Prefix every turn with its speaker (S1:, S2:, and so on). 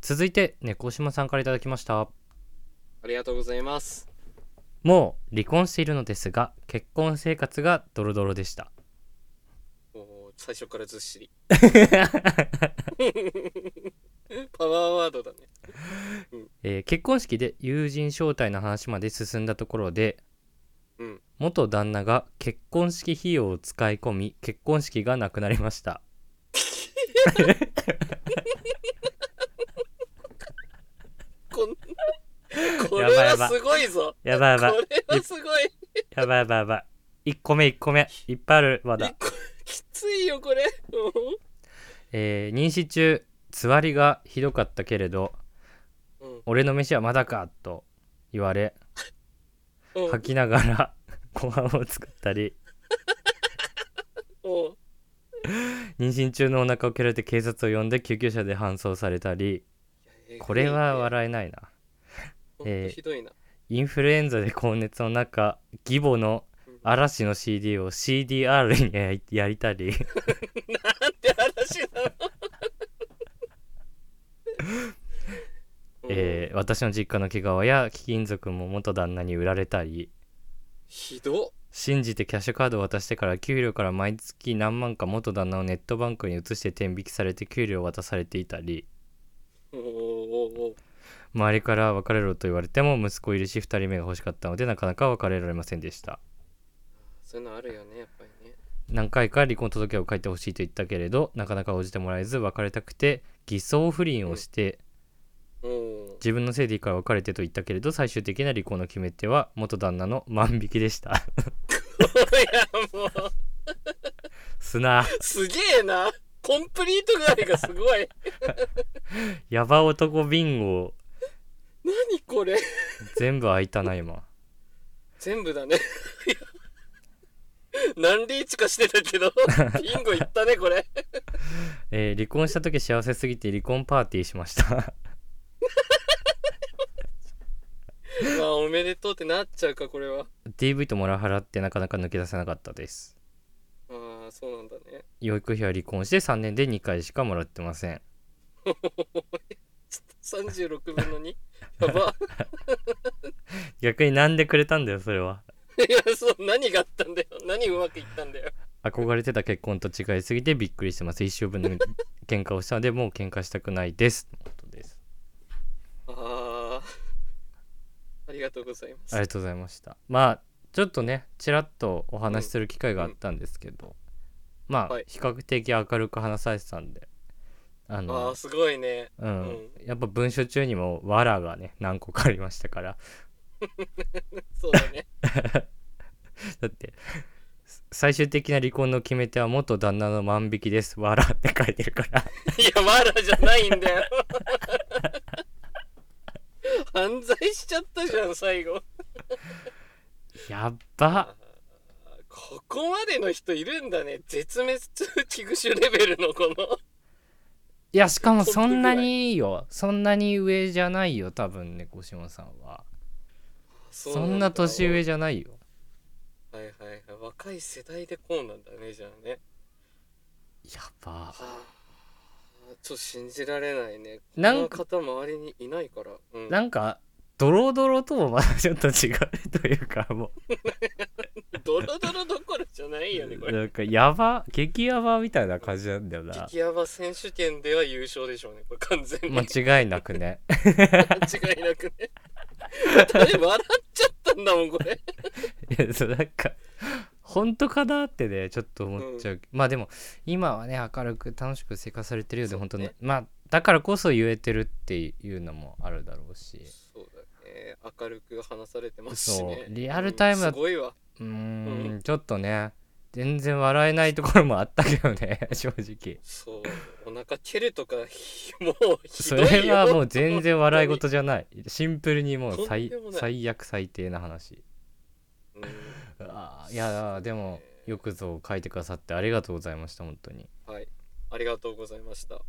S1: 続いて猫島さんから頂きました
S2: ありがとうございます。
S1: もう離婚しているのですが結婚生活がドロドロでした
S2: もう最初からず っしり。パワーワードだね。
S1: えー結婚式で友人招待の話まで進んだところで、
S2: うん
S1: 元旦那が結婚式費用を使い込み結婚式がなくなりました
S2: こんこ
S1: や
S2: れ
S1: ばいやば
S2: はいすごいぞ。
S1: やばいや
S2: こ
S1: ばい
S2: れはすごい。
S1: やばいやばいやばい1個目1個目いっぱいあるまだ
S2: 一個きついよ、これ。
S1: えー妊娠中つわりがひどかったけれど
S2: うんうん
S1: 俺の飯はまだかと言われ
S2: うん
S1: 吐きながらご飯を作ったり
S2: うん
S1: 妊娠中のお腹を蹴られて警察を呼んで救急車で搬送されたりこれは笑えないな
S2: えぐいねほんとひどいな。
S1: インフルエンザで高熱の中義母の嵐の CD を CDR にやりやりたり
S2: なんて話なのうん
S1: えー私の実家の毛皮や貴金属も元旦那に売られたり
S2: ひどっ
S1: 信じてキャッシュカードを渡してから給料から毎月何万か元旦那をネットバンクに移して転引きされて給料を渡されていたり
S2: おーおーおー
S1: 周りから別れろと言われても息子いるし2人目が欲しかったのでなかなか別れられませんでした
S2: そういうのあるよねやっぱりね
S1: 何回か離婚届を書いてほしいと言ったけれどなかなか応じてもらえず別れたくて偽装不倫をして
S2: うん
S1: 自分のせいでいいから別れてと言ったけれど最終的な離婚の決め手は元旦那の万引きでした
S2: いやもう
S1: すな
S2: すげえなコンプリート具合がすごい
S1: ヤバ男ビンゴ
S2: 何これ
S1: 全部開いたな今
S2: 全部だねいや何リーチかしてたけどビンゴいったねこれ
S1: えー離婚した時幸せすぎて離婚パーティーしました
S2: まあおめでとうってなっちゃうかこれは
S1: DV とモラハラってなかなか抜け出せなかったです
S2: ああそうなんだね
S1: 養育費は離婚して3年で2回しかもらってません
S2: 36分の2やば
S1: 逆になんでくれたんだよそれはい
S2: やそう何があったんだよ何うまくいったんだよ
S1: 憧れてた結婚と違いすぎてびっくりしてます一生分の喧嘩をしたの でもう喧嘩したくないですとのことです
S2: ああありがとうございま
S1: あ
S2: す
S1: りがとうございましたまあちょっとねちらっとお話しする機会があったんですけど、まあ、
S2: はい
S1: 比較的明るく話されてたんであ
S2: ああ
S1: の
S2: ーすごいね
S1: うん、やっぱ文章中にも「わら」がね何個かありましたから
S2: そうだね
S1: だって最終的な離婚の決め手は元旦那の万引きです「わら」って書いてるから
S2: いや、わらじゃないんだよ。 犯罪しちゃったじゃん、最後。
S1: やっば
S2: ここまでの人いるんだね。絶滅危惧種レベルのこの。
S1: いやしかも
S2: トップ
S1: そんな
S2: ぐらい
S1: にいいよそんなに上じゃないよ多分猫島さんはそんな年上
S2: じ
S1: じゃないよ
S2: ゃ。はいはいはい。若い世代でこうなんだね、じゃあね。
S1: やば
S2: はあちょっと信じられないね。こ
S1: なん
S2: の方周りにいないから。うん、
S1: なんかドロドロともまだちょっと違うというかも
S2: ドロドロどころじゃないよね、こ
S1: う
S2: れ。
S1: なんかヤバ激ヤバみたいな感じなんだよな
S2: 激ヤバ選手権では優勝でしょうね、これ完全に。
S1: 間違いなくね
S2: 間違いなくね。だって笑っちゃったんだもん、これ。
S1: いやそうなんか本当かなってねちょっと思っちゃう、まあでも今はね明るく楽しく生活されてるようで
S2: そうね
S1: 本当ねまあだからこそ言えてるっていうのもあるだろうし
S2: そうだね。明るく話されてますし
S1: そう
S2: ね。
S1: リアルタイムだ
S2: うんすごいわ。
S1: うーん、
S2: うん
S1: ちょっとね全然笑えないところもあったけどね 正直
S2: そう。お腹蹴るとか、ひもうひ
S1: そ
S2: どいよ。
S1: れはもう全然笑い事じゃないシンプルにもう最
S2: とんでもない
S1: 最悪最低な話
S2: うん。
S1: うわーいやーでもよくぞ書いてくださってありがとうございました本当に
S2: はい。ありがとうございました。